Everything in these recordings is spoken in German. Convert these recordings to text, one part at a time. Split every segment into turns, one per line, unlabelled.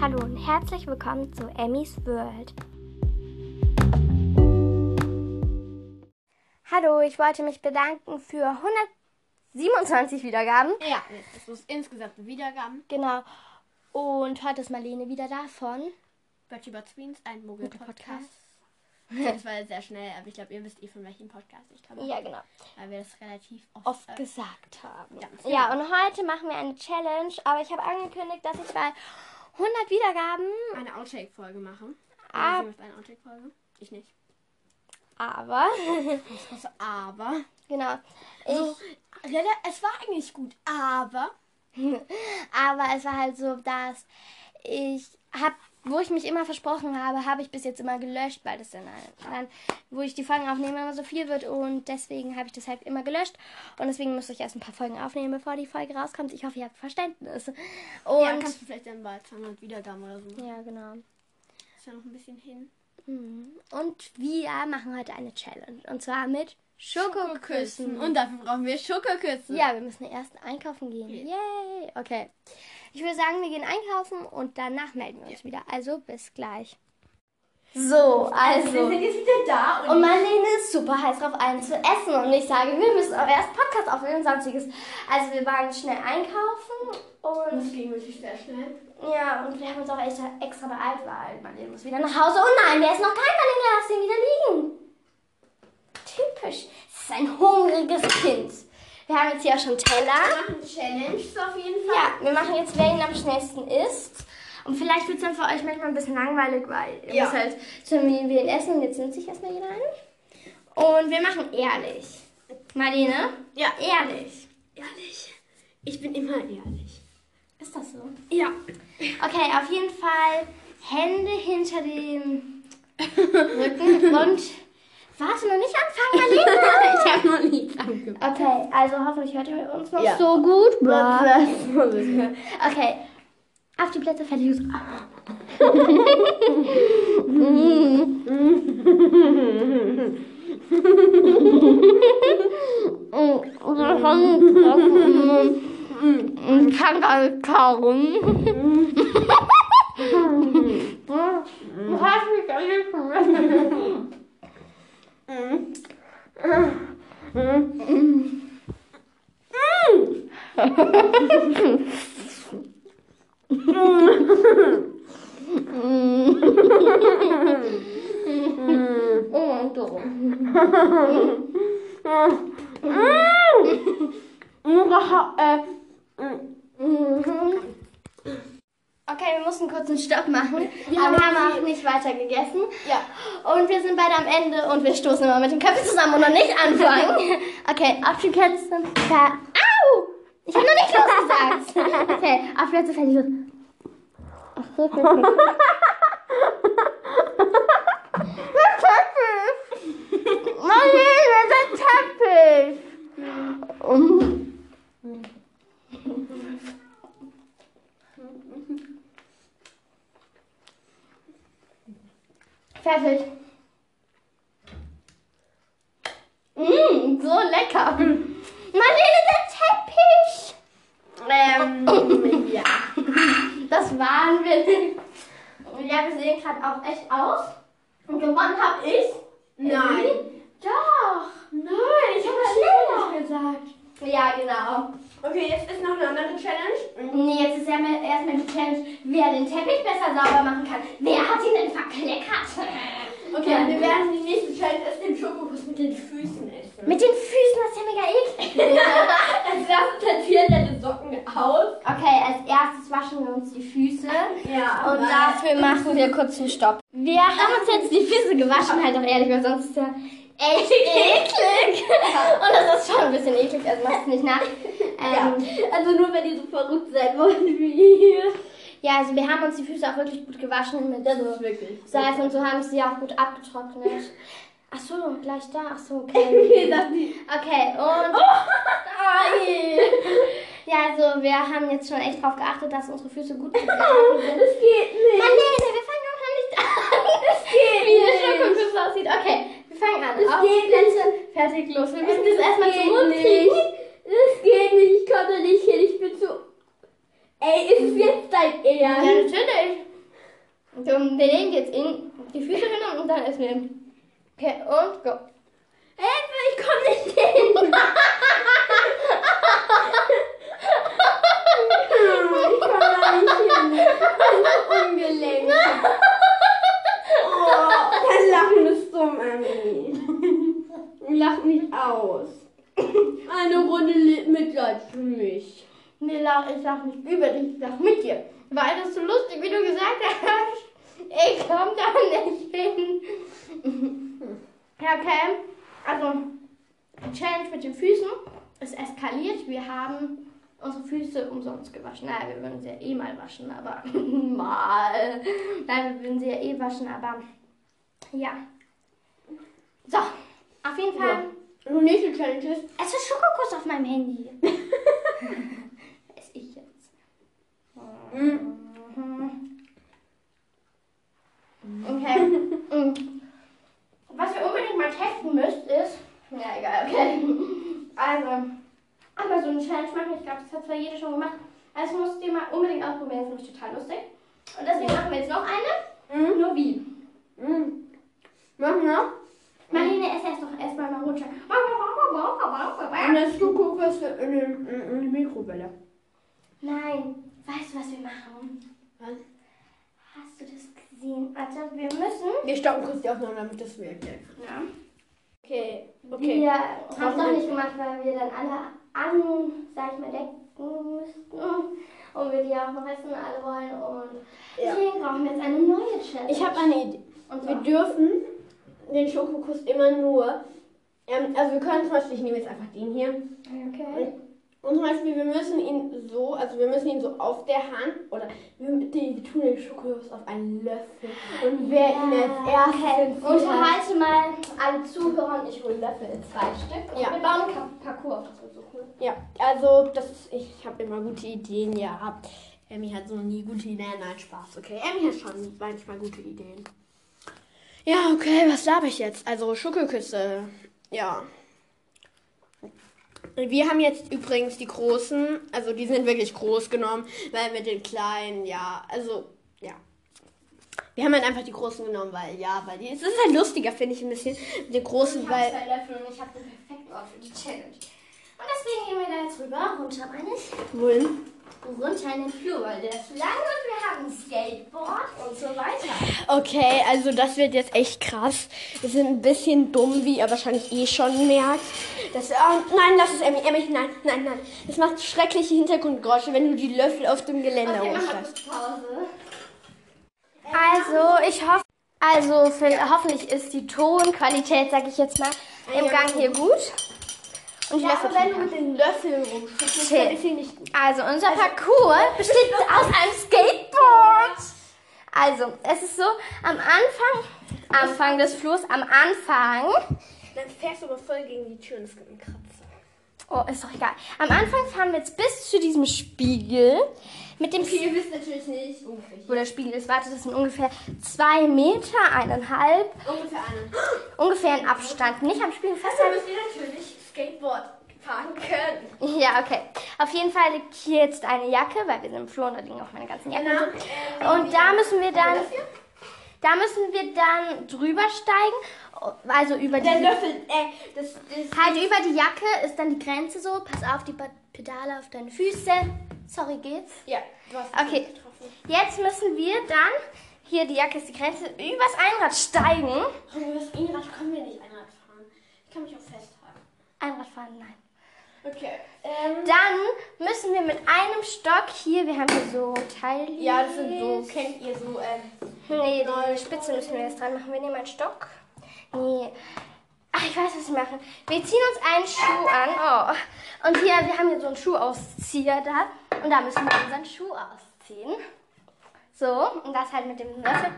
Hallo und herzlich willkommen zu Emmys World. Hallo, ich wollte mich bedanken für 127 Wiedergaben.
Ah Ja, das ist insgesamt Wiedergaben.
Genau. Und heute ist Marlene wieder davon.
Bird über Tweens, ein Mogel-Podcast.
Mogel-Podcast.
Das war sehr schnell, aber ich glaube, ihr wisst eh, von welchem Podcast ich komme.
Ja, genau.
Weil wir das relativ oft.
Oft
äh,
gesagt haben.
ganz genau.
Ja, und heute machen wir eine Challenge, aber ich habe angekündigt, dass ich bei 100 Wiedergaben,
eine Outtake-Folge machen.
Ah.
Ah. macht eine Outtake-Folge. Ich nicht.
aber
Das kostet aber.
genau, ich
So, rela- es war eigentlich gut, aber.
Aber es war halt so, dass ich hab, wo ich mich immer versprochen habe, habe ich bis jetzt immer gelöscht, weil das dann, halt dann wo ich die Folgen aufnehme, immer so viel wird und deswegen habe ich das halt immer gelöscht und deswegen müsste ich erst ein paar Folgen aufnehmen, bevor die Folge rauskommt. Ich hoffe, ihr habt Verständnis. Und
ja,
ja,
kannst du vielleicht dann bald 200 Wiedergaben oder so. machen.
genau.
Ist ja noch ein bisschen hin.
Mhm. Und wir machen heute eine Challenge und zwar mit Schokoküssen.
Und dafür brauchen wir Schokoküssen.
ja, wir müssen erst einkaufen gehen. Yay! Okay. Ich würde sagen, wir gehen einkaufen und danach melden wir uns wieder. Also bis gleich. So, also.
Wir sind jetzt wieder da und
Und Marlene ist super heiß drauf, allen zu essen. Und ich sage, wir müssen aber erst Podcast aufnehmen und sonstiges. Also wir waren schnell einkaufen und
das ging wirklich sehr schnell.
ja, und wir haben uns auch echt extra beeilt, weil Marlene muss wieder nach Hause. Oh nein, der ist noch kein Marlene, lass ihn wieder liegen. Typisch. Es ist ein hungriges Kind. Wir haben jetzt hier auch schon Teller.
Wir machen Challenges auf jeden Fall.
Ja, wir machen jetzt, wer ihn am schnellsten isst. Und vielleicht wird es dann für euch manchmal ein bisschen langweilig, weil ihr
Ja.
müsst halt so wie wir ihn essen und jetzt nimmt sich erstmal jeder einen. Und wir machen ehrlich. Marlene?
Ja.
Ehrlich.
Ehrlich. Ich bin immer ehrlich.
Ist das so?
Ja.
Okay, auf jeden Fall Hände hinter dem Rücken und. Warte, noch nicht anfangen, Marlene!
ich habe noch nie angefangen.
Okay, also hoffentlich hört ihr uns noch
Ja.
so gut. Okay, auf die Plätze fertig. Ich kann gar nicht kauen. Du hast mich angekommen.
Mhm.
Oh, du.
äh,
Mhm. Okay, wir mussten kurz einen Stopp machen. Wir aber haben, haben auch nicht weiter gegessen.
Ja.
Und wir sind beide am Ende und wir stoßen immer mit den Köpfen zusammen und noch nicht anfangen. Okay, auf die Plätze. Ver Au! Ich habe noch nicht losgesagt. Okay, auf Plätze fertig. los. Der Teppich! Marlene, der Teppich! Um. Fertig. Mm, so lecker. Marlene, der Teppich!
Ähm, ja.
Das waren wir. Ja, wir sehen gerade auch echt aus. Und gewonnen habe ich. Hm?
Nein.
Doch.
Nein, ich habe das Challenge gesagt.
Ja, genau.
Okay, jetzt ist noch eine andere Challenge. Mhm.
Nee, jetzt ist ja mal- erstmal die Challenge, wer den Teppich besser sauber machen kann. Wer hat ihn denn verkleckert?
Okay, wir werden die nächste Challenge ist den Schokokuss mit den Füßen essen. Also,
Mit den Füßen, das ist ja mega eklig.
Als erstes platzieren wir die Socken aus.
Okay, als erstes waschen wir uns die Füße.
Ja.
Und dafür machen wir kurz einen Stopp. Wir haben uns jetzt die Füße gewaschen, halt doch ehrlich, weil sonst ist ja echt eklig. Und das ist schon ein bisschen eklig, also macht es nicht nach. Ähm,
Also nur wenn ihr so verrückt sein wollt wie ihr.
ja, also wir haben uns die Füße auch wirklich gut gewaschen mit
Das
so
ist wirklich.
Seife und so haben sie auch gut abgetrocknet. Ach so, gleich da. Ach so, okay.
Okay, das die.
Okay, und. Ai. ja, also wir haben jetzt schon echt drauf geachtet, dass unsere Füße gut getrocknet sind.
Das geht nicht.
Marlene, wir fangen auch noch nicht an. Das
geht
Wie
nicht.
der Schokokuss aussieht. Okay, wir fangen an.
Das
Auf
geht
die Plätze. Fertig, los. Wir müssen das, erstmal zum
geht
Mund kriegen.
nicht. Das geht nicht, ich komme nicht hin, ich bin zu. Ey, ist es jetzt dein
Ja,
Ernst?
natürlich. So, wir legen die jetzt in die Füße hin und dann essen wir. Okay, und go.
Hilfe, ich komm nicht hin. ich komm da nicht hin. So ungelenkt. Oh, dein Lachen ist dumm, Emily. Lach mich aus. Eine Runde Le- Mitleid für mich.
Nee, lach, ich lach nicht über dich, ich lach mit dir. Weil das so lustig, wie du gesagt hast. Ich komm da nicht hin. Ja, okay. Also, die Challenge mit den Füßen ist eskaliert. Wir haben unsere Füße umsonst gewaschen. Naja, wir würden sie ja eh mal waschen, aber mal. Nein, wir würden sie ja eh waschen, aber ja. So, auf jeden Fall.
Und die nächste Challenge ist,
Es ist Schokokuss auf meinem Handy. Ess ich jetzt. Mhm. Okay. Mm. Was ihr unbedingt mal testen müsst ist. Ja, egal, okay. Also, aber so eine Challenge machen, ich glaube, das hat zwar jeder schon gemacht. Also, das musst ihr mal unbedingt ausprobieren, das ist nämlich total lustig. Und deswegen machen wir jetzt noch eine.
Mhm.
Nur wie? Hm.
mm, mach noch.
Marlene, ess erst doch erstmal mal runter.
Und das Schokokuss in, den- in, in die Mikrowelle.
Nein, weißt du, was wir machen?
Was?
Hast du das gesehen? Warte, wir müssen.
Wir stoppen kurz die Aufnahme, damit das wir erklären.
Ja.
Okay,
Wir haben es noch nicht gemacht, weil wir dann alle an, sag ich mal, denken müssten. Und wir die auch noch essen alle wollen. Und
Ja.
deswegen brauchen wir jetzt eine neue Challenge.
Ich habe eine Idee.
Und
Wir
zwar,
dürfen den Schokokuss immer nur. Ähm, also wir können zum Beispiel, ich nehme jetzt einfach den hier.
okay.
Und zum Beispiel, wir müssen ihn so, also wir müssen ihn so auf der Hand oder wir, die, wir tun den Schokokuss auf einen Löffel. Und wer ihn als erstes
okay. halt Unterhalte mal alle Zuhörer und ich hole Löffel, zwei Stück. Und
Ja.
wir bauen ein Ka- Parcours. Das wird so cool.
Ja, also das ist, ich habe immer gute Ideen gehabt. Emmy hat so nie gute Ideen. Nein, Spaß. Okay, Emmy hat schon manchmal gute Ideen. Ja, okay, was darf ich jetzt? Also Schokoküsse. Ja. Wir haben jetzt übrigens die großen, also die sind wirklich groß genommen, weil mit den kleinen, ja, also, ja. Wir haben halt einfach die großen genommen, weil, ja, weil die, es ist halt lustiger, finde ich ein bisschen, mit den
Ich
großen,
habe
weil,
zwei Löffel und ich habe den perfekten Ort für die Challenge. Und deswegen gehen wir da jetzt rüber, runter meine ich,
wohl,
runter in den Flur, weil der ist lang und wir haben ein Skateboard und so weiter.
Okay, also das wird jetzt echt krass. Wir sind ein bisschen dumm, wie ihr wahrscheinlich eh schon merkt. Das, oh, nein, lass es, Emmy, Emmy, nein, nein, nein. Das macht schreckliche Hintergrundgeräusche, wenn du die Löffel auf dem Geländer
Okay, machen wir
hochschleifst.
kurz Pause. Also, ich hoffe, also für, hoffentlich ist die Tonqualität, sag ich jetzt mal, im
Ja,
Gang hier gut. Und die Löffel
wenn du mit den Löffeln rumschüttelst,
dann
dann
ist
ist sie nicht gut.
Also unser Parcours besteht aus einem Skateboard. Also, es ist so, am Anfang, Anfang des Flurs, am Anfang,
Dann fährst du aber voll gegen die Tür und es gibt einen Kratzer.
oh, ist doch egal. Am Anfang fahren wir jetzt bis zu diesem Spiegel mit dem Spiegel.
Ihr wisst natürlich nicht. Ungefähr,
Wo der Spiegel ist, warte, das sind ungefähr zwei Meter, eineinhalb,
ungefähr eine.
ungefähr ein Abstand. Nicht am Spiegel
Dann
festhalten.
müsst ihr natürlich Skateboard fahren können.
Ja, okay. Auf jeden Fall liegt hier jetzt eine Jacke, weil wir sind im Flur und da liegen auch meine ganzen Jacken.
Genau.
Und da müssen wir dann, da müssen wir dann drüber steigen, also über die,
Der Löffel, äh, das, das,
halt über die Jacke ist dann die Grenze so. Pass auf die Pe- Pedale auf deine Füße. Sorry, geht's?
ja, du hast
Okay. Jetzt müssen wir dann hier die Jacke ist die Grenze übers Einrad steigen.
Oh, über das Einrad können wir nicht Einrad fahren. Ich kann mich auch festhalten.
Einrad fahren, nein.
Okay. Ähm,
Dann müssen wir mit einem Stock hier, wir haben hier so Teile.
ja, das sind so, kennt ihr so, ähm,
Nee, die Spitze müssen wir jetzt dran machen. Wir nehmen einen Stock. Nee. Ach, ich weiß, was wir machen. Wir ziehen uns einen Schuh an. Oh. Und hier, wir haben hier so einen Schuhauszieher da. Und da müssen wir unseren Schuh ausziehen. So, und das halt mit dem Löffel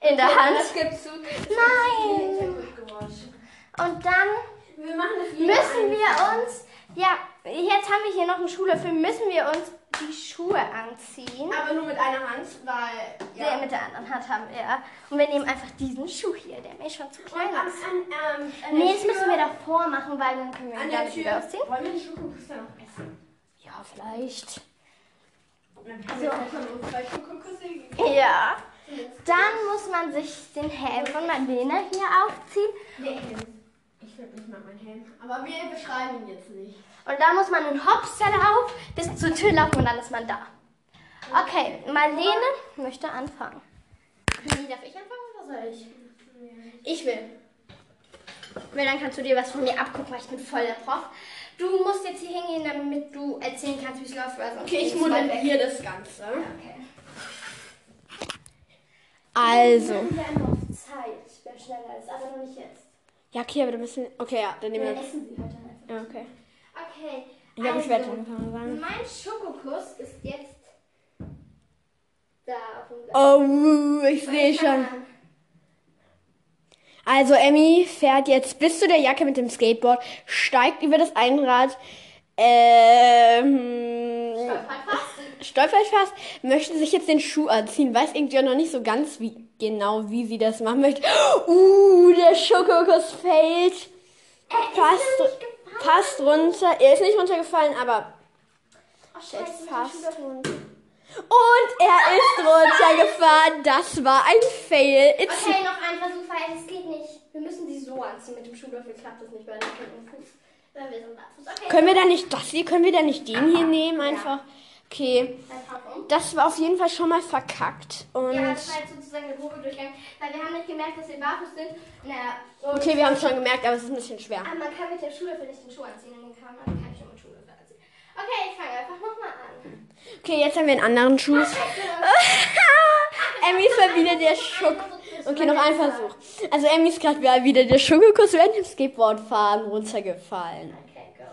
in der Hand.
das gibt's zu.
Nein! Und dann
Wir machen das jeder
müssen
ein.
wir uns, ja, jetzt haben wir hier noch einen Schuhlöffel, müssen wir uns die Schuhe anziehen.
Aber nur mit einer Hand, weil,
Der mit der anderen Hand haben wir. ja. Und wir nehmen einfach diesen Schuh hier, der mir schon zu
Und
klein
an,
ist.
an, ähm, an
Nee,
der
das
Tür,
müssen wir davor machen, weil dann können wir
an
ihn
der
damit
Tür.
wieder ausziehen.
Wollen wir den Schokokuss dann noch essen?
Ja, vielleicht. Ja. Dann muss man sich den Helm von Madeleine hier aufziehen.
Ich würde nicht mal meinen Helm. Aber wir beschreiben ihn jetzt nicht.
Und dann muss man einen Hopsteller auf, bis zur Tür laufen und dann ist man da. Okay, Marlene möchte anfangen.
Nee, darf ich anfangen oder soll ich?
Ich will. Will, dann kannst du dir was von mir abgucken, weil ich bin voll der Prof. Du musst jetzt hier hingehen, damit du erzählen kannst, wie es läuft. Weil sonst
Okay, ich
ist es weit weg.
modelliere das Ganze.
Okay.
Also.
Wir haben noch Zeit, wer schneller ist, aber noch nicht jetzt.
Ja, okay, aber du müssen. Okay, ja, dann
Wir
nehmen wir.
essen sie heute einfach.
Ja, okay. Also.
Okay. also,
Ich glaube, ich werde schon kann man sagen.
Mein Schokokuss ist jetzt da auf dem
Oh, ich sehe schon. Also Emmy fährt jetzt bis zu der Jacke mit dem Skateboard, steigt über das Einrad, ähm, stolpert fast, möchte sich jetzt den Schuh anziehen, weiß irgendwie auch noch nicht so ganz wie, genau, wie sie das machen möchte. Uh, der Schokokuss fällt, passt, passt runter, er ist nicht runtergefallen, aber
Oh,
fällt fast runter. Und er ist runtergefahren, das war ein Fail. It's
Okay, noch ein Versuch, weil es geht nicht. Wir müssen sie so anziehen. Mit dem Schuhlöffel klappt das nicht, weil wir sind Fuß. Weil wir sind barfuß. Okay,
Können wir da nicht das hier, können wir da nicht den hier nehmen einfach? Okay,
dann fahr um.
das war auf jeden Fall schon mal verkackt und
Ja, das war jetzt sozusagen der grobe Durchgang, weil wir haben nicht gemerkt, dass wir barfuß sind. Naja, und
okay, wir haben es schon gemerkt, aber es ist ein bisschen schwer.
aber man kann mit dem Schuhlöffel nicht den Schuh anziehen und den kann man kann ich nur mit dem Schuhlöffel anziehen. Okay, ich fange einfach nochmal an.
Okay, jetzt haben wir einen anderen Schuh. Emmy ist mal wieder der Schuck. Okay, noch ein Versuch. Also Emmy ist gerade wieder der Schokokuss während dem Skateboardfahren runtergefallen.
Okay, go.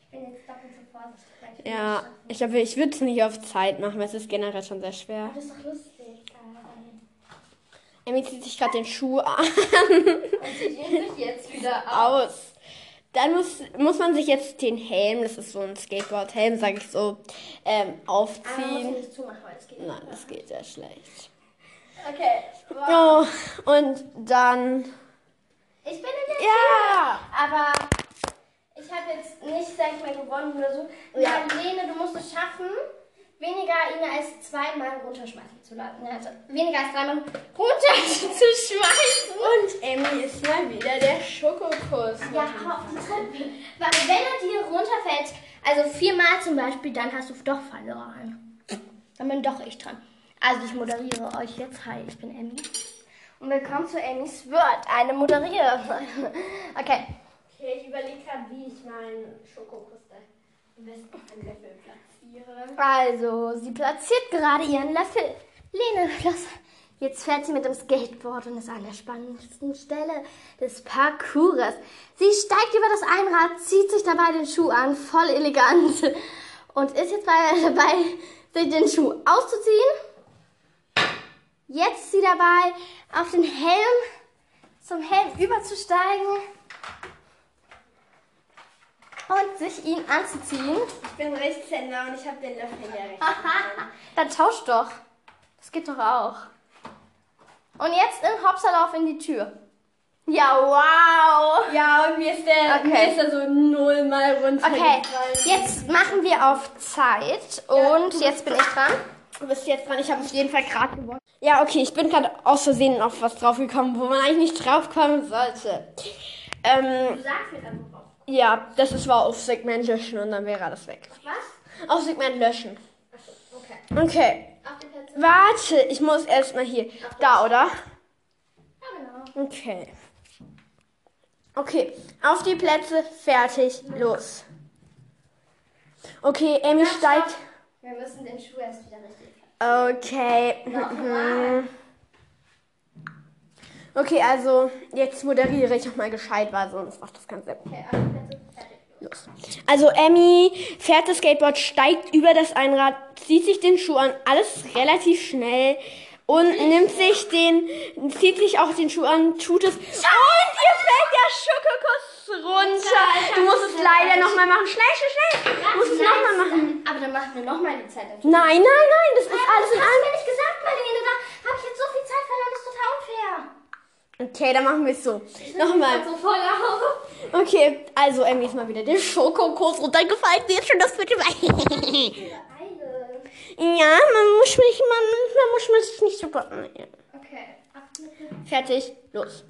Ich bin jetzt doppelt so vorsichtig. weil ich will das
Ja,
schaffen.
ich glaube, ich würde es nicht auf Zeit machen, weil es ist generell schon sehr schwer.
Das ist doch lustig. Äh,
Emmy zieht sich gerade den Schuh an.
Und sie gehen sich jetzt wieder auf.
aus. Dann muss, muss man sich jetzt den Helm, das ist so ein Skateboard-Helm, sag ich so, ähm,
Aber man Ah, muss ihn
aufziehen.
nicht zumachen, weil es geht
Nein,
nicht.
das geht ja schlecht.
Okay. wow.
Oh, und dann.
Ich bin in der
Ja!
Aber ich habe jetzt nicht, sag ich mal, gewonnen oder so.
Ja.
Ja. Lene, du musst es schaffen, weniger ihn als zweimal runterschmeißen zu lassen. Also weniger als dreimal runterzuschmeißen.
Und Emmy ist mal wieder der Schokokuss.
Ja, aber auf die Treppe. Weil wenn er dir runterfällt, also viermal zum Beispiel, dann hast du doch verloren. Dann bin doch ich dran. Also ich moderiere euch jetzt. Hi, ich bin Emmy. Und willkommen zu Emmys Word, eine Moderiererin. Okay.
Okay, ich überlege gerade, wie ich meinen Schokokuss da am besten am Löffel platziere.
Also, sie platziert gerade ihren Löffel. Lene, los. Jetzt fährt sie mit dem Skateboard und ist an der spannendsten Stelle des Parcours. Sie steigt über das Einrad, zieht sich dabei den Schuh an, voll elegant. Und ist jetzt bei- dabei, sich den Schuh auszuziehen. Jetzt ist sie dabei, auf den Helm, zum Helm überzusteigen. Und sich ihn anzuziehen.
Ich bin Rechtshänder und ich habe den Löffel in der
Dann tausch doch. Das geht doch auch. Und jetzt in Hopserlauf in die Tür. Ja, wow.
Ja, und mir ist der,
Okay.
mir ist der so nullmal runtergefallen.
Okay, jetzt machen wir auf Zeit. Und jetzt bin ich dran.
Du bist jetzt dran, ich habe auf jeden Fall gerade gewonnen. Ja, okay, ich bin gerade aus Versehen auf was draufgekommen, wo man eigentlich nicht draufkommen sollte. Ähm,
Du sagst mir dann worauf.
ja, das ist war auf Segment löschen und dann wäre das weg.
Was?
Auf Segment löschen.
Okay.
Okay,
Auf die Plätze.
warte, ich muss erstmal hier. Da, oder?
Ja, genau.
Okay. Okay, auf die Plätze, fertig, los. Okay, Amy steigt.
Wir müssen den Schuh erst wieder richtig.
Okay. Mhm.
Nochmal.
Okay, also jetzt moderiere ich nochmal gescheit, weil sonst macht das Ganze
Okay, auf die Plätze. Fertig.
los. Also Emmy fährt das Skateboard, steigt über das Einrad, zieht sich den Schuh an, alles relativ schnell und nimmt sich den, zieht sich auch den Schuh an, tut es und ihr fällt der Schokokuss runter. Du musst es leider nochmal machen. Schnell, schnell, schnell. Du musst es nochmal machen.
Aber dann machen wir nochmal die Zeit. Äh,
Nein, nein, nein, das ist alles in
hast du mir nicht gesagt, Marlene. Da habe ich jetzt so viel Zeit verloren. Das ist total unfair.
Okay, dann machen wir es so. Nochmal.
so Also voll auf.
Okay, also Emmy ist mal wieder den Schokokurs runtergefallen. Mir ist schon das mit dem Ei. ja, man muss mich, man, man muss mich nicht so bocken.
Okay.
Fertig, los.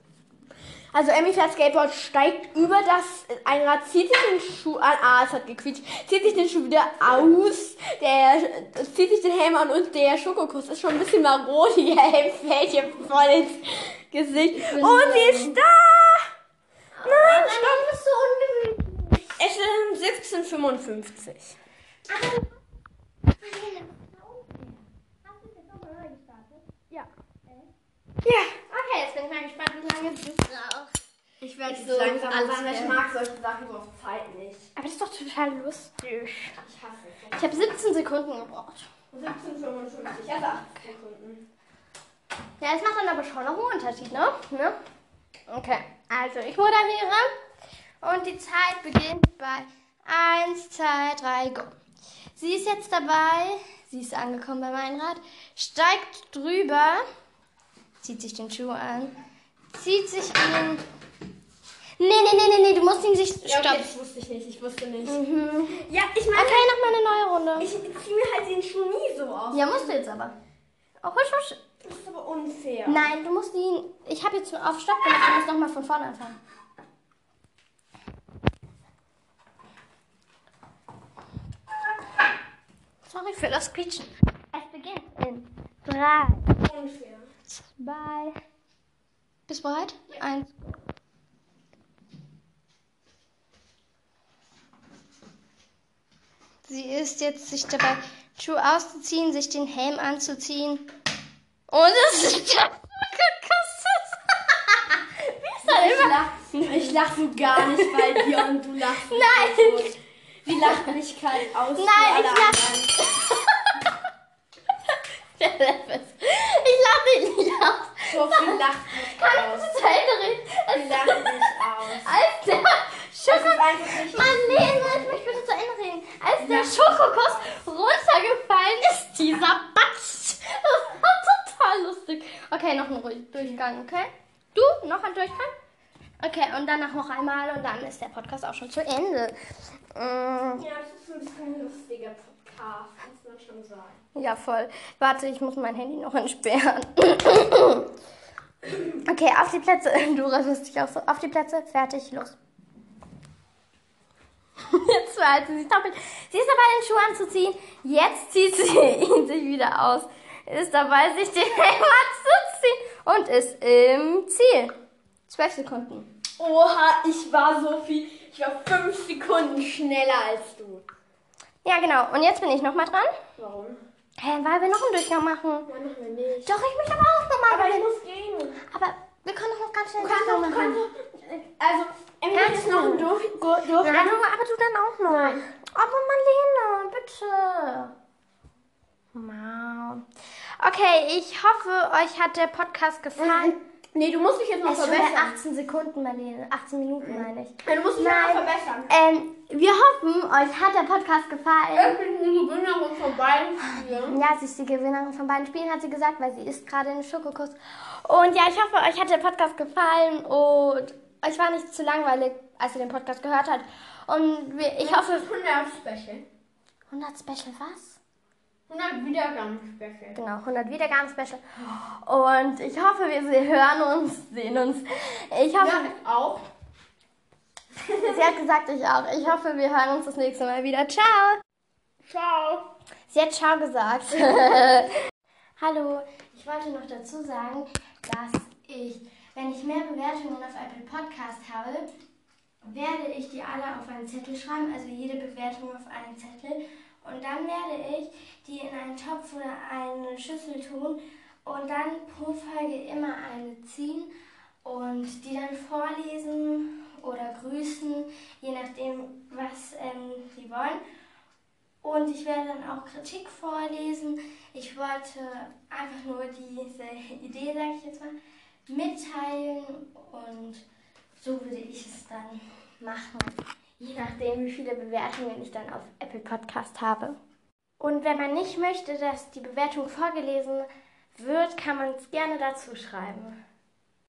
Also Emmy fährt Skateboard, steigt über das Einrad, zieht sich den Schuh an, ah, es hat gequietscht, zieht sich den Schuh wieder aus, der, zieht sich den Helm an und der Schokokuss ist schon ein bisschen marode, ihr Helm fällt ihr voll ins Gesicht. Und sie ist da! Nein, stopp!
bist so ungewöhnlich.
Es sind 17,55. Ja. Ja.
Okay, jetzt bin ich mal gespannt, wie lange du brauchst.
Ich werde
so alles werden.
mag solche Sachen so auf Zeit nicht.
Aber das ist doch total lustig.
Ich hasse es.
Ich habe 17 Sekunden gebraucht.
17,55, also 8 Sekunden.
Ja, es macht dann aber schon noch einen Unterschied, ne? ne? Okay, also ich moderiere und die Zeit beginnt bei 1, 2, 3, go. Sie ist jetzt dabei, sie ist angekommen beim Einrad, steigt drüber, zieht sich den Schuh an, zieht sich ihn. Nee, nee, nee, nee, nee, du musst ihn sich.
Ja,
Stopp.
okay,
Okay,
das wusste ich nicht, ich wusste nicht.
mhm.
Ja, ich meine,
okay nochmal eine neue Runde.
ich ziehe mir halt den Schuh nie so aus.
Ja, musst du jetzt aber. Oh, husch, husch.
Das ist aber unfair.
Nein, du musst ihn. Ich habe jetzt auf Stopp gemacht, du musst nochmal von vorne anfangen. Sorry für das Quietschen. Es beginnt in 3,
Unfair.
2. Bist bereit? 1. Sie ist jetzt sich dabei, Schuh auszuziehen, sich den Helm anzuziehen. Und es ist der
Ich
Wie
lach, ich lach so gar nicht bei dir und du lachst. mich
Nein.
kaputt. Sie lacht mich kalt aus. wie
Nein,
alle
ich lach-
anderen.
soll immer. Ich lache nicht aus.
So viel lacht mich
Kann ich
aus.
bitte zu Ende reden?
Sie lacht mich aus.
Als der
Das ist
Schoko.
einfach nicht
Mann, nee, lass mich bitte zu Ende reden. Als der Schokokuss runtergefallen ist, dieser Batsch. Das war total lustig. Okay, noch ein ruhig- Durchgang, okay? Du, noch ein Durchgang? Okay, und danach noch einmal und dann ist der Podcast auch schon zu Ende. Mm,
Ja, das ist ein bisschen lustiger Podcast, muss man schon sagen.
ja, voll. Warte, ich muss mein Handy noch entsperren. okay, auf die Plätze. Dora wirst dich auch so. Auf die Plätze, fertig, los. Jetzt verhält sie sich doppelt. Sie ist dabei, den Schuh anzuziehen. Jetzt zieht sie ihn sich wieder aus. Ist dabei, sich den Helm anzuziehen. Und ist im Ziel. Zwölf Sekunden.
Oha, ich war so viel, ich war fünf Sekunden schneller als du.
Ja, genau. Und jetzt bin ich nochmal dran.
Warum?
Hä, weil wir noch einen Durchgang machen.
Nein, machen wir nicht.
Doch, ich möchte aber auch noch
Aber
mal.
ich muss gehen.
Aber wir können doch noch ganz schnell
Du
einen
kannst
Durchgang
doch, du
machen.
kannst doch, also, Emmy, du kannst noch einen durch,
Ja,
durch.
du, aber du dann auch noch. Oh, Aber Marlene, bitte. Wow. Okay, ich hoffe, euch hat der Podcast gefallen.
Nee, du musst dich jetzt noch
Es ist schon bei
verbessern.
18 Sekunden, Marlene. 18 Minuten, meine ich.
Ja, du musst dich
Nein.
noch verbessern.
Ähm, wir hoffen, euch hat der Podcast gefallen.
Ich bin die Gewinnerin von beiden Spielen.
Ja, sie ist die Gewinnerin von beiden Spielen, hat sie gesagt, weil sie isst gerade einen Schokokuss. Und ja, ich hoffe, euch hat der Podcast gefallen und euch war nicht zu langweilig, als ihr den Podcast gehört habt. Und wir, ich hoffe,
100 Special.
100 Special was?
100 Wiedergaben Special.
Genau, 100 Wiedergaben Special. Und ich hoffe, wir se- hören uns, sehen uns. Ich hoffe,
Ja, auch.
sie hat gesagt, ich auch. Ich hoffe, wir hören uns das nächste Mal wieder. Ciao!
Ciao.
Sie hat Ciao gesagt. Hallo, ich wollte noch dazu sagen, dass ich, wenn ich mehr Bewertungen auf Apple Podcast habe, werde ich die alle auf einen Zettel schreiben, also jede Bewertung auf einen Zettel. Und dann werde ich die in einen Topf oder eine Schüssel tun und dann pro Folge immer eine ziehen und die dann vorlesen oder grüßen, je nachdem, was ähm, die wollen. Und ich werde dann auch Kritik vorlesen. Ich wollte einfach nur diese Idee, sage ich jetzt mal, mitteilen und so würde ich es dann machen. Je nachdem, wie viele Bewertungen ich dann auf Apple Podcast habe. Und wenn man nicht möchte, dass die Bewertung vorgelesen wird, kann man es gerne dazu schreiben.